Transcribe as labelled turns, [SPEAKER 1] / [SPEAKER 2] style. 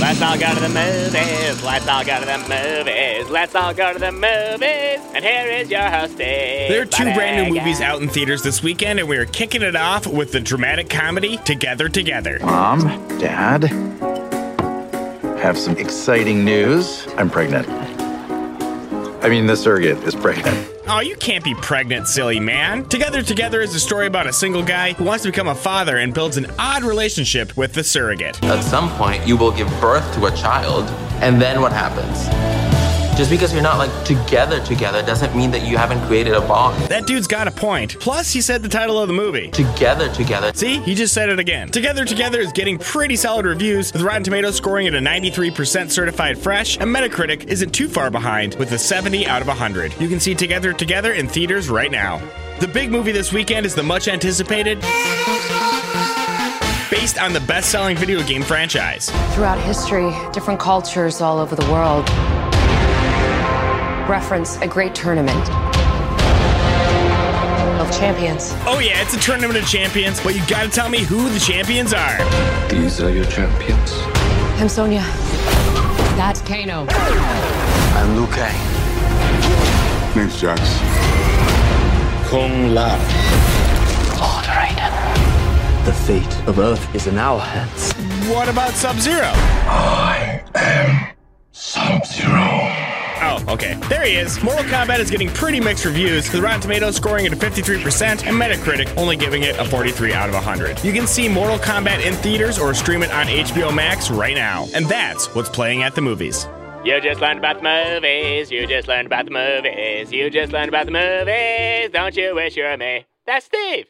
[SPEAKER 1] Let's all go to the movies. Let's all go to the movies. Let's all go to the movies. And here is your hostess.
[SPEAKER 2] There are two brand new movies out in theaters this weekend, and we are kicking it off with the dramatic comedy Together Together.
[SPEAKER 3] Mom, Dad, have some exciting news. I'm pregnant. I mean, the surrogate is pregnant.
[SPEAKER 2] Oh, you can't be pregnant, silly man. Together Together is a story about a single guy who wants to become a father and builds an odd relationship with the surrogate.
[SPEAKER 4] At some point, you will give birth to a child, and then what happens? Just because you're not like together together doesn't mean that you haven't created a bond.
[SPEAKER 2] That dude's got a point. Plus, he said the title of the movie.
[SPEAKER 4] Together together.
[SPEAKER 2] See, he just said it again. Together Together is getting pretty solid reviews, with Rotten Tomatoes scoring at a 93% certified fresh, and Metacritic isn't too far behind with a 70 out of 100. You can see Together Together in theaters right now. The big movie this weekend is the much anticipated. Based on the best selling video game franchise.
[SPEAKER 5] Throughout history, different cultures all over the world reference a great tournament of champions.
[SPEAKER 2] Oh, yeah, it's a tournament of champions, but you gotta tell me who the champions are.
[SPEAKER 6] These are your champions.
[SPEAKER 5] I'm Sonia. That's Kano.
[SPEAKER 7] I'm Liu Kang.
[SPEAKER 8] Name's Jax.
[SPEAKER 9] Kung La.
[SPEAKER 10] Lord Raiden.
[SPEAKER 11] The fate of Earth is in our hands.
[SPEAKER 2] What about Sub Zero?
[SPEAKER 12] I am Sub Zero.
[SPEAKER 2] Oh, okay. There he is. Mortal Kombat is getting pretty mixed reviews, with Rotten Tomatoes scoring at a 53% and Metacritic only giving it a 43 out of 100. You can see Mortal Kombat in theaters or stream it on HBO Max right now. And that's what's playing at the movies.
[SPEAKER 1] You just learned about the movies. You just learned about the movies. You just learned about the movies. Don't you wish you were me? That's Steve.